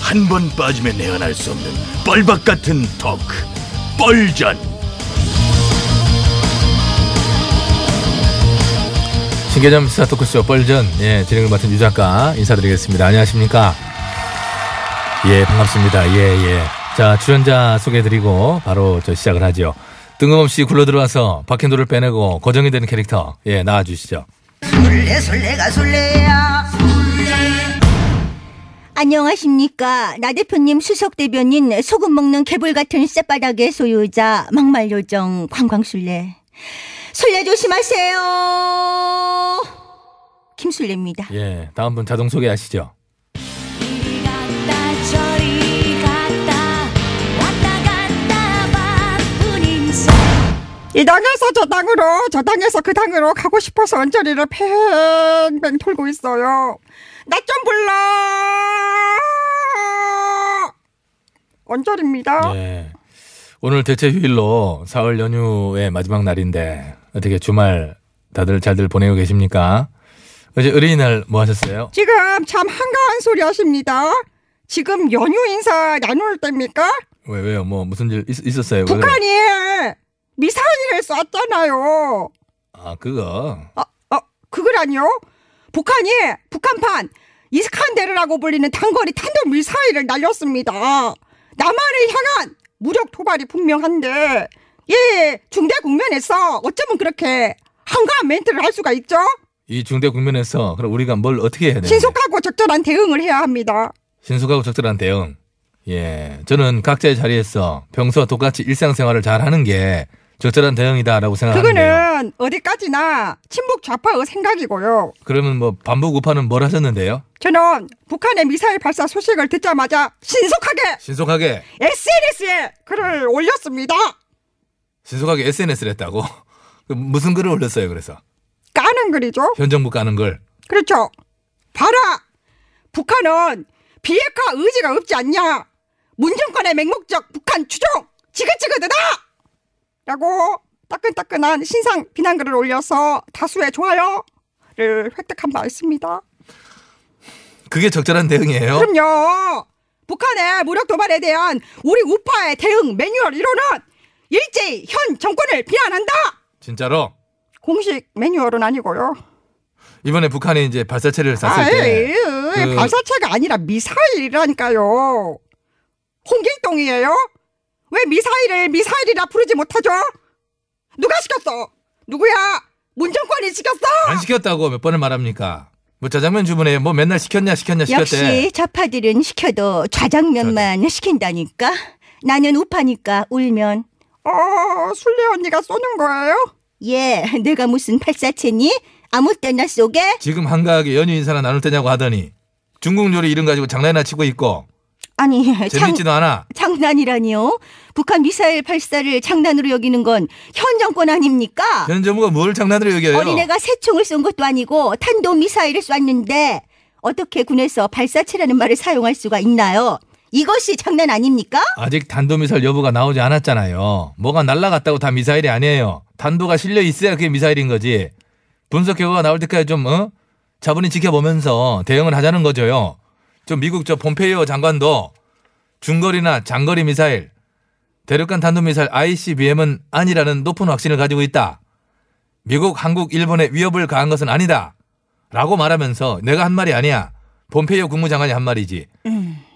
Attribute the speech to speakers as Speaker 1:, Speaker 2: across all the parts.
Speaker 1: 한 번 빠지면 내안할 수 없는 뻘박 같은 토크 뻘전
Speaker 2: 신개념 스타 토크쇼 뻘전 예, 진행을 맡은 유 작가 인사드리겠습니다. 안녕하십니까? 예 반갑습니다. 예예. 자 출연자 소개해드리고 바로 저 시작을 하죠. 뜬금없이 굴러 들어와서 박현도를 빼내고 고정이 되는 캐릭터 예 나와주시죠.
Speaker 3: 술래 술래가 술래야
Speaker 4: 안녕하십니까. 나 대표님 수석 대변인 소금 먹는 개불 같은 쌔바닥의 소유자 막말 요정 관광술래. 술래 조심하세요. 김술래입니다.
Speaker 2: 예 다음 분 자동 소개하시죠.
Speaker 5: 이리 갔다 저리 갔다 왔다 갔다 바쁜 인생
Speaker 3: 이 당에서 저 당으로 저 당에서 그 당으로 가고 싶어서 언저리를 팽팽 돌고 있어요 나 좀 불러 언저리입니다
Speaker 2: 예. 오늘 대체 휴일로 4월 연휴의 마지막 날인데 어떻게 주말 다들 잘들 보내고 계십니까? 어제 어린이날 뭐 하셨어요?
Speaker 3: 지금 참 한가한 소리 하십니다 지금 연휴 인사 나눌 때입니까?
Speaker 2: 왜 왜요? 뭐 무슨 일 있, 있었어요? 왜 그래요?
Speaker 3: 북한이 미사일을 쐈잖아요
Speaker 2: 아 그거
Speaker 3: 어, 어, 그거라니요? 북한이 북한판 이스칸데르라고 불리는 단거리 탄도 미사일을 날렸습니다. 남한을 향한 무력 도발이 분명한데, 예, 중대 국면에서 어쩌면 그렇게 한가한 멘트를 할 수가 있죠?
Speaker 2: 이 중대 국면에서 그럼 우리가 뭘 어떻게 해야 되나?
Speaker 3: 신속하고 적절한 대응을 해야 합니다.
Speaker 2: 신속하고 적절한 대응. 예, 저는 각자의 자리에서 평소 똑같이 일상생활을 잘하는 게 적절한 대응이다라고 생각하는데요.
Speaker 3: 그거는 어디까지나 친북 좌파의 생각이고요.
Speaker 2: 그러면 뭐 반복 우파는 뭘 하셨는데요?
Speaker 3: 저는 북한의 미사일 발사 소식을 듣자마자 신속하게
Speaker 2: 신속하게
Speaker 3: SNS에 글을 올렸습니다.
Speaker 2: 신속하게 SNS를 했다고? 그 무슨 글을 올렸어요, 그래서?
Speaker 3: 까는 글이죠.
Speaker 2: 현 정부 까는 글.
Speaker 3: 그렇죠. 봐라. 북한은 비핵화 의지가 없지 않냐. 문정권의 맹목적 북한 추종 지긋지긋하다. 라고 따끈따끈한 신상 비난글을 올려서 다수의 좋아요를 획득한 바 있습니다.
Speaker 2: 그게 적절한 대응이에요?
Speaker 3: 그럼요. 북한의 무력 도발에 대한 우리 우파의 대응 매뉴얼 1호는 일제히 현 정권을 비난한다.
Speaker 2: 진짜로?
Speaker 3: 공식 매뉴얼은 아니고요.
Speaker 2: 이번에 북한이 이제 발사체를 쐈을
Speaker 3: 아이,
Speaker 2: 때
Speaker 3: 으이,
Speaker 2: 그-
Speaker 3: 발사체가 아니라 미사일이라니까요. 홍길동이에요? 왜 미사일을 미사일이라 부르지 못하죠? 누가 시켰어? 누구야? 문정권이 시켰어?
Speaker 2: 안 시켰다고 몇 번을 말합니까? 뭐 짜장면 주문에 뭐 맨날 시켰냐 시켰냐 시켰대.
Speaker 4: 역시 좌파들은 시켜도 좌장면만 시킨다니까. 나는 우파니까 울면
Speaker 3: 어, 술래 언니가 쏘는 거예요?
Speaker 4: 예, 내가 무슨 발사체니? 아무 때나 쏘게?
Speaker 2: 지금 한가하게 연휴 인사나 나눌 때냐고 하더니 중국 요리 이름 가지고 장난이나 치고 있고
Speaker 4: 아니, 참-
Speaker 2: 재밌지도 않아.
Speaker 4: 장난이라니요? 북한 미사일 발사를 장난으로 여기는 건 현 정권 아닙니까?
Speaker 2: 현 정부가 뭘 장난으로 여겨요?
Speaker 4: 어린애가 새총을 쏜 것도 아니고 탄도 미사일을 쐈는데 어떻게 군에서 발사체라는 말을 사용할 수가 있나요? 이것이 장난 아닙니까?
Speaker 2: 아직 단도미사일 여부가 나오지 않았잖아요. 뭐가 날아갔다고 다 미사일이 아니에요. 단도가 실려 있어야 그게 미사일인 거지. 분석 결과가 나올 때까지 좀 어? 자분히 지켜보면서 대응을 하자는 거죠요. 좀 미국 저 폼페이오 장관도 중거리나 장거리 미사일, 대륙간 단도미사일 ICBM은 아니라는 높은 확신을 가지고 있다. 미국, 한국, 일본에 위협을 가한 것은 아니다. 라고 말하면서 내가 한 말이 아니야. 폼페이오 국무장관이 한 말이지.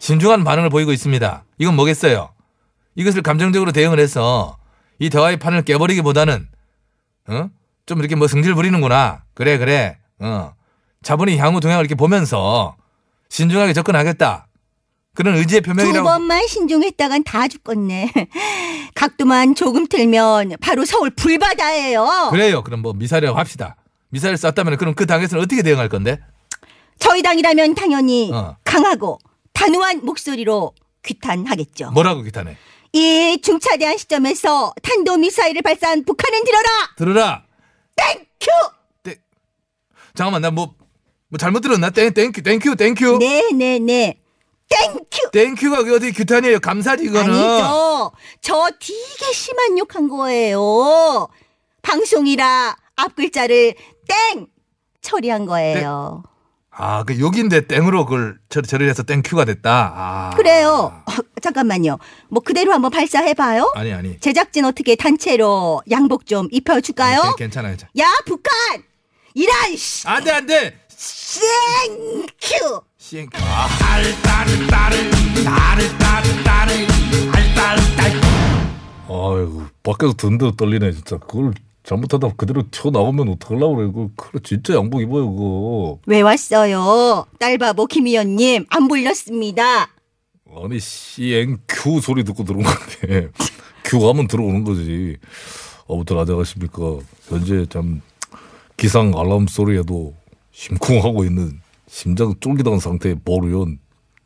Speaker 2: 신중한 반응을 보이고 있습니다. 이건 뭐겠어요? 이것을 감정적으로 대응을 해서 이 대화의 판을 깨버리기보다는 어? 좀 이렇게 뭐 성질 부리는구나. 그래 그래. 어. 자본이 향후 동향을 이렇게 보면서 신중하게 접근하겠다. 그런 의지의
Speaker 4: 두
Speaker 2: 네, 표명이라고
Speaker 4: 번만 신중했다간 다 죽겠네. 각도만 조금 틀면 바로 서울 불바다예요.
Speaker 2: 그래요. 그럼 뭐 미사일이라고 합시다. 미사일 쐈다면 그럼 그 당에서는 어떻게 대응할 건데?
Speaker 4: 저희 당이라면 당연히
Speaker 2: 어.
Speaker 4: 강하고 단호한 목소리로 규탄하겠죠.
Speaker 2: 뭐라고 기타네?
Speaker 4: 이 중차대한 시점에서 탄도미사일을 발사한 북한은 들어라!
Speaker 2: 들어라.
Speaker 4: 큐!
Speaker 2: 땡. 잠깐만 나 뭐 뭐 잘못 들었나? 땡 땡큐 땡큐 땡큐.
Speaker 4: 네네네. 땡큐!
Speaker 2: 땡큐가 그게 어디 규탄이에요? 감사지 이거는.
Speaker 4: 아니죠. 저 되게 심한 욕한 거예요. 방송이라 앞글자를 땡! 처리한 거예요.
Speaker 6: 아, 그 욕인데 땡으로 그걸 절, 절을 해서 땡큐가 됐다. 아.
Speaker 4: 그래요. 아, 잠깐만요. 뭐 그대로 한번 발사해봐요.
Speaker 6: 아니, 아니.
Speaker 4: 제작진 어떻게 단체로 양복 좀 입혀줄까요?
Speaker 6: 괜- 괜찮아요. 자.
Speaker 4: 야 북한 이란 씨
Speaker 6: 안 돼, 안 돼!
Speaker 4: 땡큐
Speaker 6: 시행.
Speaker 2: 아이고 밖에서 든데 떨리네 진짜 그걸 잘못하다 그대로 튀어나오면 어떡하려고 그래 그거 그래 진짜 양복 입어요 그거
Speaker 4: 왜 왔어요 딸바보 김희연님 안 불렸습니다
Speaker 2: 아니 CNQ 소리 듣고 들어온 건데 큐 가면 들어오는 거지 아무튼 안녕하십니까 현재 참 기상 알람 소리에도 심쿵하고 있는 심장 쫄깃한 상태의 보루연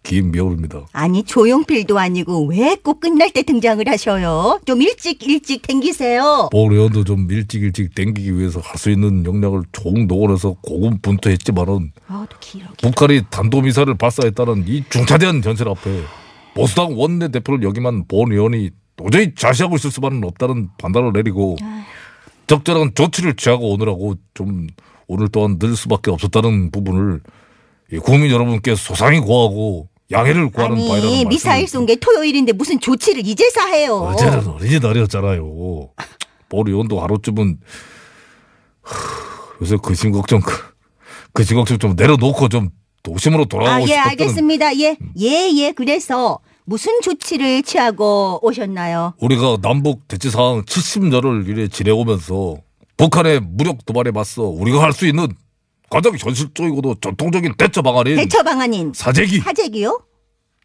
Speaker 2: 김명우입니다
Speaker 4: 아니 조용필도 아니고 왜 꼭 끝날 때 등장을 하셔요 좀 일찍 일찍 댕기세요
Speaker 2: 보루연도 좀 일찍 일찍 땡기기 위해서 할 수 있는 역량을 총동원해서 고군분투했지만은
Speaker 4: 아또 길어
Speaker 2: 북한이 탄도미사를 발사했다는 이 중차대한 전설 앞에 보수당 원내대표를 역임한 본 의원이 도저히 자시하고 있을 수만은 없다는 판단을 내리고 적절한 조치를 취하고 오느라고 좀 오늘 또한 늘 수밖에 없었다는 부분을 이 국민 여러분께 소상히 고하고 양해를 구하는
Speaker 4: 아니
Speaker 2: 바이라는
Speaker 4: 미사일 쏜 게 토요일인데 무슨 조치를 이제서 해요
Speaker 2: 어제는 어린이날이었잖아요 본 의원도 하루쯤은 하, 요새 근심 걱정 그- 근심 걱정 좀 내려놓고 좀 도심으로
Speaker 4: 아
Speaker 2: 돌아가고
Speaker 4: 예
Speaker 2: 싶었던
Speaker 4: 알겠습니다 예 예예 그래서 무슨 조치를 취하고 오셨나요
Speaker 2: 우리가 남북 대치 상황 70년을 이래 지내오면서 북한의 무력 도발에 맞서 우리가 할 수 있는 가장 현실적이고도 전통적인 대처 방안인
Speaker 4: 대처 방안인
Speaker 2: 사재기,
Speaker 4: 사재기요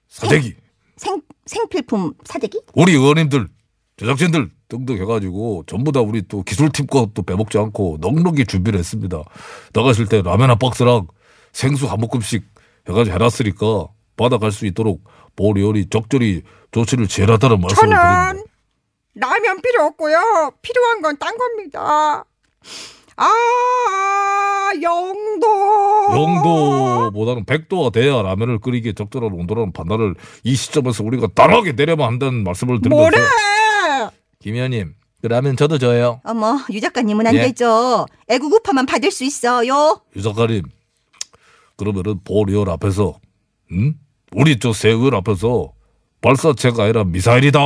Speaker 2: 사재기.
Speaker 4: 생 생필품 사재기
Speaker 2: 우리 의원님들, 제작진들 등등 해가지고 전부 다 우리 또 기술팀과 또 빼먹지 않고 넉넉히 준비를 했습니다. 나가실 때 라면 한 박스랑 생수 한 모금씩 해가지고 해놨으니까 받아갈 수 있도록 보리 의원이 적절히 조치를 취해놨다는 말씀을 드립니다.
Speaker 3: 저는 라면 필요 없고요. 필요한 건 딴 겁니다. 아, 영도.
Speaker 2: 영도보다는 100도가 돼야 라면을 끓이기에 적절한 온도라는 판단을 이 시점에서 우리가 단호하게 내려만 한다는 말씀을 드리면서
Speaker 3: 뭐래?
Speaker 6: 김 의원님, 그 라면 저도 줘요.
Speaker 4: 어머 유 작가님은 안
Speaker 6: 예.
Speaker 4: 되죠. 애국우파만 받을 수 있어요.
Speaker 2: 유 작가님 그러면은 보리얼 앞에서 응? 우리 저 세월 앞에서 발사체가 아니라 미사일이다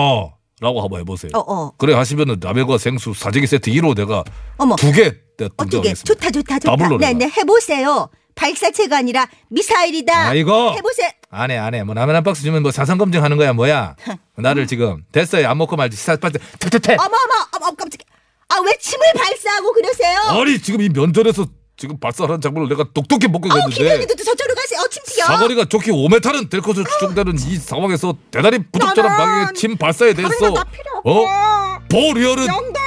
Speaker 2: 라고 한번 해보세요
Speaker 4: 어 어.
Speaker 2: 그래 하시면은 라면과 생수 사재기 세트 1호 내가
Speaker 4: 어머.
Speaker 2: 두 개 내가
Speaker 4: 어떻게
Speaker 2: 등장하겠습니다
Speaker 4: 좋다 좋다 좋다.
Speaker 2: 더블로
Speaker 4: 네네
Speaker 2: 내가.
Speaker 4: 해보세요. 발사체가 아니라 미사일이다.
Speaker 6: 아이고!
Speaker 4: 해보세요.
Speaker 6: 안 해, 안 해. 뭐 라면 한 박스 주면 뭐 사상 검증하는 거야, 뭐야. 나를 지금 됐어요. 안 먹고 말지. 시사 빨리 퇴퇴퇴.
Speaker 4: 어머 어머 어머 깜짝이야. 아왜 침을 발사하고 그러세요?
Speaker 2: 아니 지금 이 면전에서 지금 발사하는 장면을 내가 똑똑히
Speaker 4: 어
Speaker 2: 목격했는데
Speaker 4: 김현이도 저쪽으로 가세요. 어침 튀겨.
Speaker 2: 사거리가 좋게 5m는 될 것으로 추정되는 이 상황에서 대단히 부적절한
Speaker 3: 나는
Speaker 2: 방향의 침 발사에 대해서
Speaker 3: 다른 거다 필요 없고.
Speaker 2: 어? 보리얼은
Speaker 3: 영도.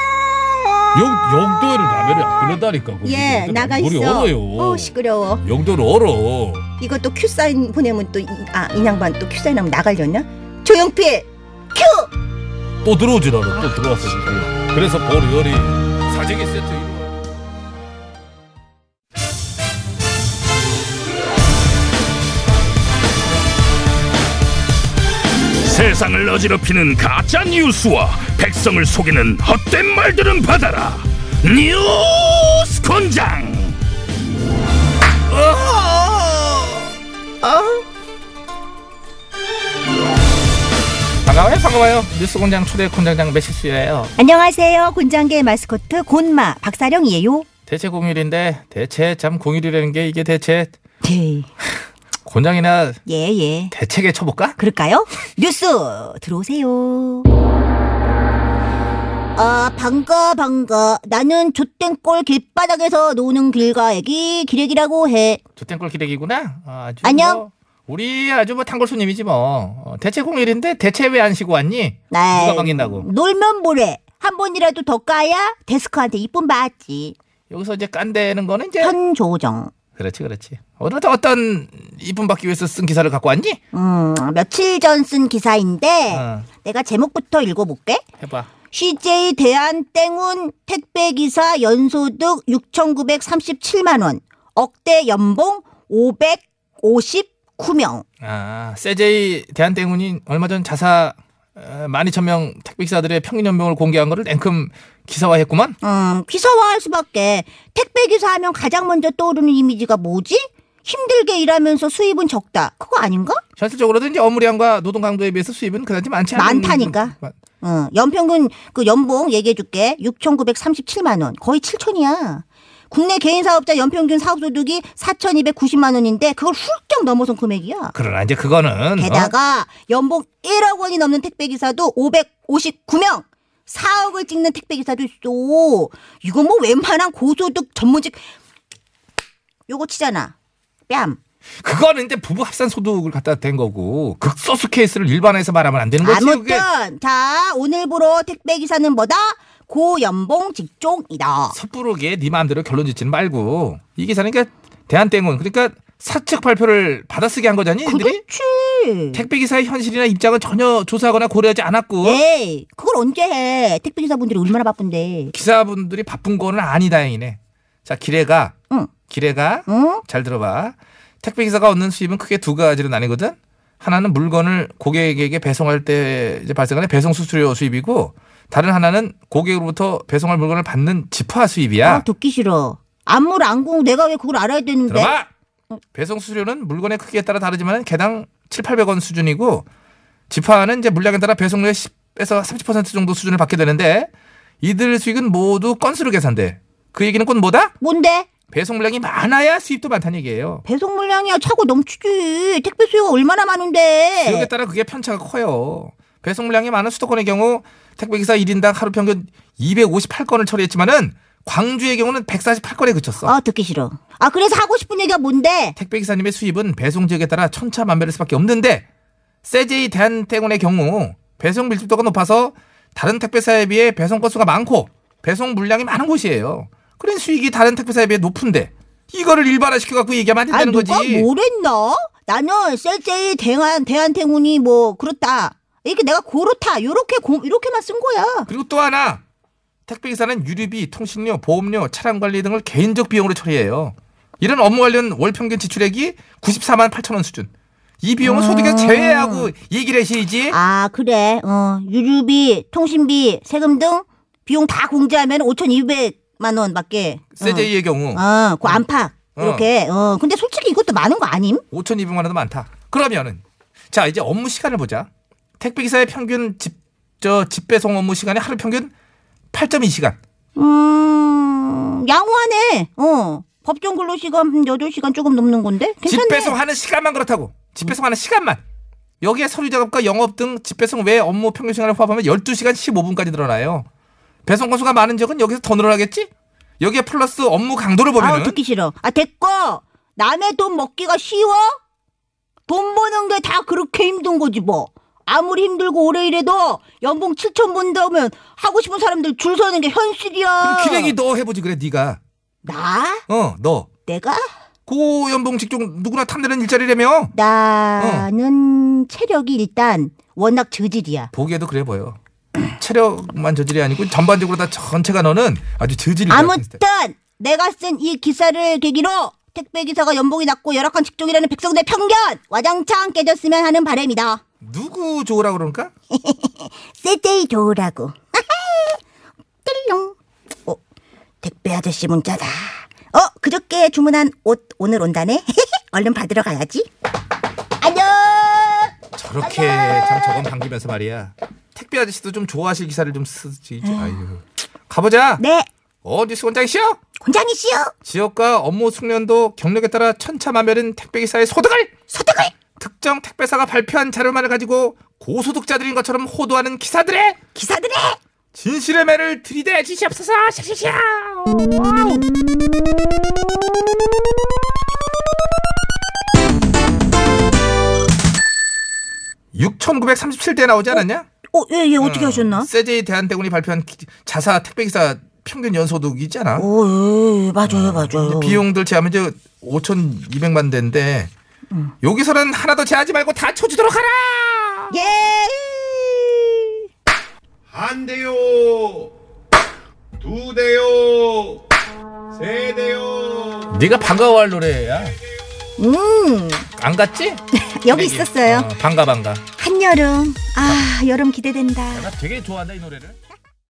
Speaker 2: 영, 영도에는 라면을 안 끓는다니까 거기.
Speaker 6: 그러니까
Speaker 4: 예
Speaker 2: 근데
Speaker 4: 나가
Speaker 2: 물이
Speaker 4: 있어.
Speaker 2: 얼어요
Speaker 4: 어 시끄러워.
Speaker 2: 영도는 얼어
Speaker 4: 이것도 큐 사인 보내면 또아이 양반 또 큐 사인하면 나가려나? 조용필 큐.
Speaker 2: 또 들어오질 않아 또 들어왔어 지금. 그래서 보리얼이 사재기 세트 이름
Speaker 1: 세상을 어지럽히는 가짜 뉴스와 백성을 속이는 헛된 말들은 받아라. 뉴스 권장.
Speaker 6: 반가워요, 반가워요. 뉴스 공장 초대 공장장 매실수예요.
Speaker 4: 안녕하세요. 곤장계 마스코트 곤마 박사령이에요.
Speaker 6: 대체 공휴일인데 대체 참 공휴일이라는 게 이게 대체
Speaker 4: 네.
Speaker 6: 곤장이나
Speaker 4: 예, 예.
Speaker 6: 대책에 쳐볼까?
Speaker 4: 그럴까요? 뉴스 들어오세요. 아, 반가, 반가. 나는 조땡골 길바닥에서 노는 길가 애기 기레기라고 해.
Speaker 6: 조땡골 기대기구나. 아, 아주
Speaker 4: 안녕.
Speaker 6: 뭐 우리 아주 뭐 탄골 손님이지 뭐. 어, 대체 공휴일인데 대체 왜 안 쉬고 왔니?
Speaker 4: 날
Speaker 6: 누가 반긴다고?
Speaker 4: 놀면 뭐래. 한 번이라도 더 까야 데스크한테 이쁨 받지.
Speaker 6: 여기서 이제 깐대는 거는 이제
Speaker 4: 현조정.
Speaker 6: 그렇지 그렇지. 오늘 또 어떤 이쁨 받기 위해서 쓴 기사를 갖고 왔니?
Speaker 4: 음, 며칠 전 쓴 기사인데
Speaker 6: 어.
Speaker 4: 내가 제목부터 읽어볼게.
Speaker 6: 해봐.
Speaker 4: CJ 대한땡운 택배기사 연소득 6,937만 원, 억대 연봉 559명.
Speaker 6: 아, 세제이 대한땡운이 얼마 전 자사
Speaker 2: 어,
Speaker 6: 12,000명 택배기사들의 평균 연봉을 공개한 거를 앵큼 기사화했구만.
Speaker 4: 음, 기사화할 수밖에. 택배기사 하면 가장 먼저 떠오르는 이미지가 뭐지? 힘들게 일하면서 수입은 적다. 그거 아닌가?
Speaker 2: 현실적으로도 이제 업무량과 노동 강도에 비해서 수입은 그다지 많지 않은
Speaker 4: 많다니까. 어, 연평균 그 연봉 얘기해 줄게. 6,937만 원. 거의 7천이야. 국내 개인 사업자 연평균 사업 소득이 4,290만 원인데 그걸 훌쩍 넘어선 금액이야.
Speaker 2: 그러나 이제 그거는 어?
Speaker 4: 게다가 연봉 1억 원이 넘는 택배 기사도 559명. 4억을 찍는 택배 기사도 있어. 이거 뭐 웬만한 고소득 전문직 요거 치잖아. 뺨.
Speaker 2: 그거는 이제 부부 합산 소득을 갖다 댄 거고 극소수 케이스를 일반화해서 말하면 안 되는 거지. 그게
Speaker 4: 아무튼 자 오늘부로 택배 기사는 뭐다 고연봉 직종이다.
Speaker 2: 섣부르게 네 마음대로 결론 짓지는 말고 이 기사는 그러니까 대한땡운 그러니까 사측 발표를 받아쓰게 한 거잖니. 이들이
Speaker 4: 그렇지.
Speaker 2: 음. 택배 기사의 현실이나 입장은 전혀 조사하거나 고려하지 않았고
Speaker 4: 에이 예. 그걸 언제 해? 택배 기사분들이 얼마나 바쁜데.
Speaker 2: 기사분들이 바쁜 거는 아니 다행이네. 자 기레가
Speaker 4: 응.
Speaker 2: 기레가
Speaker 4: 응?
Speaker 2: 잘 들어봐. 택배 기사가 얻는 수입은 크게 두 가지로 나뉘거든. 하나는 물건을 고객에게 배송할 때 이제 발생하는 배송 수수료 수입이고 다른 하나는 고객으로부터 배송할 물건을 받는 집화 수입이야.
Speaker 4: 아 듣기 싫어. 안물 안궁 내가 왜 그걸 알아야 되는데?
Speaker 2: 들어봐. 배송 수수료는 물건의 크기에 따라 다르지만 개당 7, 800원 수준이고 집화는 이제 물량에 따라 배송료의 10에서 30% 정도 수준을 받게 되는데 이들 수익은 모두 건수로 계산돼. 그 얘기는 곧 뭐다?
Speaker 4: 뭔데?
Speaker 2: 배송 물량이 많아야 수입도 많다는 얘기예요.
Speaker 4: 배송 물량이야 차고 넘치지. 택배 수요가 얼마나
Speaker 2: 지역에
Speaker 4: 많은데.
Speaker 2: 따라 그게 편차가 커요. 배송 물량이 많은 수도권의 경우 택배기사 1인당 하루 평균 258건을 처리했지만은 광주의 경우는 148건에 그쳤어.
Speaker 4: 아 듣기 싫어. 아 그래서 하고 싶은 얘기가 뭔데?
Speaker 2: 택배기사님의 수입은 배송 지역에 따라 천차만별일 수밖에 없는데 세제이 대한태군의 경우 배송 밀집도가 높아서 다른 택배사에 비해 배송 건수가 많고 배송 물량이 많은 곳이에요. 그런 수익이 다른 택배사에 비해 높은데 이거를 일반화시켜 갖고 얘기하면 안
Speaker 4: 아
Speaker 2: 된다는
Speaker 4: 누가
Speaker 2: 거지.
Speaker 4: 뭐랬나? 나는 셀제이 대한 대한태문이 뭐 그렇다. 이렇게 내가 고렇다. 요렇게 고, 이렇게만 쓴 거야.
Speaker 2: 그리고 또 하나 택배기사는 유류비, 통신료, 보험료, 차량 관리 등을 개인적 비용으로 처리해요. 이런 업무 관련 월 평균 지출액이 94만 8천 원 수준. 이 비용은 소득에서 제외하고 얘기를 하시지.
Speaker 4: 아 그래. 어 유류비, 통신비, 세금 등 비용 다 공제하면 5,200만 원밖에.
Speaker 2: 세제이의 경우
Speaker 4: 어, 어, 그 안팎.
Speaker 2: 어.
Speaker 4: 이렇게. 어. 근데 솔직히 이것도 많은 거 아님?
Speaker 2: 5,200만 원도 많다. 그러면은 자 이제 업무 시간을 보자. 택배 기사의 평균 집 저 집배송 업무 시간이 하루 평균 8.2시간.
Speaker 4: 음. 양호하네. 어. 법정 근로 시간 8시간 조금 넘는 건데. 괜찮네.
Speaker 2: 집배송하는 시간만 그렇다고. 집배송하는 시간만. 여기에 서류 작업과 영업 등 집배송 외 업무 평균 시간을 포함하면 12시간 15분까지 늘어나요. 배송 건수가 많은 지역은 여기서 더 늘어나겠지? 여기에 플러스 업무 강도를 보면은
Speaker 4: 아우 듣기 싫어. 아 됐고 남의 돈 먹기가 쉬워? 돈 버는 게 다 그렇게 힘든 거지 뭐. 아무리 힘들고 오래 일해도 연봉 7천 번다면 하고 싶은 사람들 줄 서는 게 현실이야.
Speaker 2: 그럼 기레기 너 해보지 그래 네가.
Speaker 4: 나?
Speaker 2: 어 너.
Speaker 4: 내가?
Speaker 2: 고연봉 직종 누구나 탐내는 일자리라며.
Speaker 4: 나는 체력이 일단 워낙 저질이야.
Speaker 2: 보기에도 그래 보여. 체력만 저질이 아니고 전반적으로 다 전체가 너는 아주 저질이
Speaker 4: 아무튼 내가 쓴 이 기사를 계기로 택배 기사가 연봉이 낮고 열악한 직종이라는 백성들의 편견 와장창 깨졌으면 하는 바람이다.
Speaker 2: 누구 좋으라 그러니까?
Speaker 4: 세대이 좋으라고. 뜰롱. 어, 택배 아저씨 문자다. 어, 그저께 주문한 옷 오늘 온다네. 얼른 받으러 가야지. 안녕.
Speaker 2: 저렇게 참 저건 당기면서 말이야. 택배 아저씨도 좀 좋아하실 기사를 좀 쓰지. 이제. 아유. 가보자.
Speaker 4: 네,
Speaker 2: 어디 수원장이시여?
Speaker 4: 곤장이 씨요.
Speaker 2: 지역과 업무 숙련도 경력에 따라 천차만별인 택배기사의 소득을
Speaker 4: 소득을
Speaker 2: 특정 택배사가 발표한 자료만을 가지고 고소득자들인 것처럼 호도하는 기사들의
Speaker 4: 기사들의
Speaker 2: 진실의 매를 들이대 주시옵소서. 샤샤샤. 와우. (6937대) 나오지 않았냐?
Speaker 4: 어, 예, 예, 어떻게
Speaker 2: 어,
Speaker 4: 하셨나?
Speaker 2: 세제이 대한대군이 발표한 기- 자사 택배기사 평균 연소득이잖아.
Speaker 4: 오, 예, 예, 맞아요, 맞아요.
Speaker 2: 비용들 제하면 이제 5,200만 대인데 여기서는 하나 더 제하지 말고 다 쳐주도록 하라.
Speaker 4: 예.
Speaker 7: 한 대요, 두 대요, 세 대요.
Speaker 2: 네가 반가워할 노래야.
Speaker 4: 음,
Speaker 2: 안 갔지?
Speaker 4: 여기 있었어요.
Speaker 2: 반가 반가.
Speaker 4: 한여름. 아, 여름 기대된다.
Speaker 2: 되게 좋아한다 이 노래를.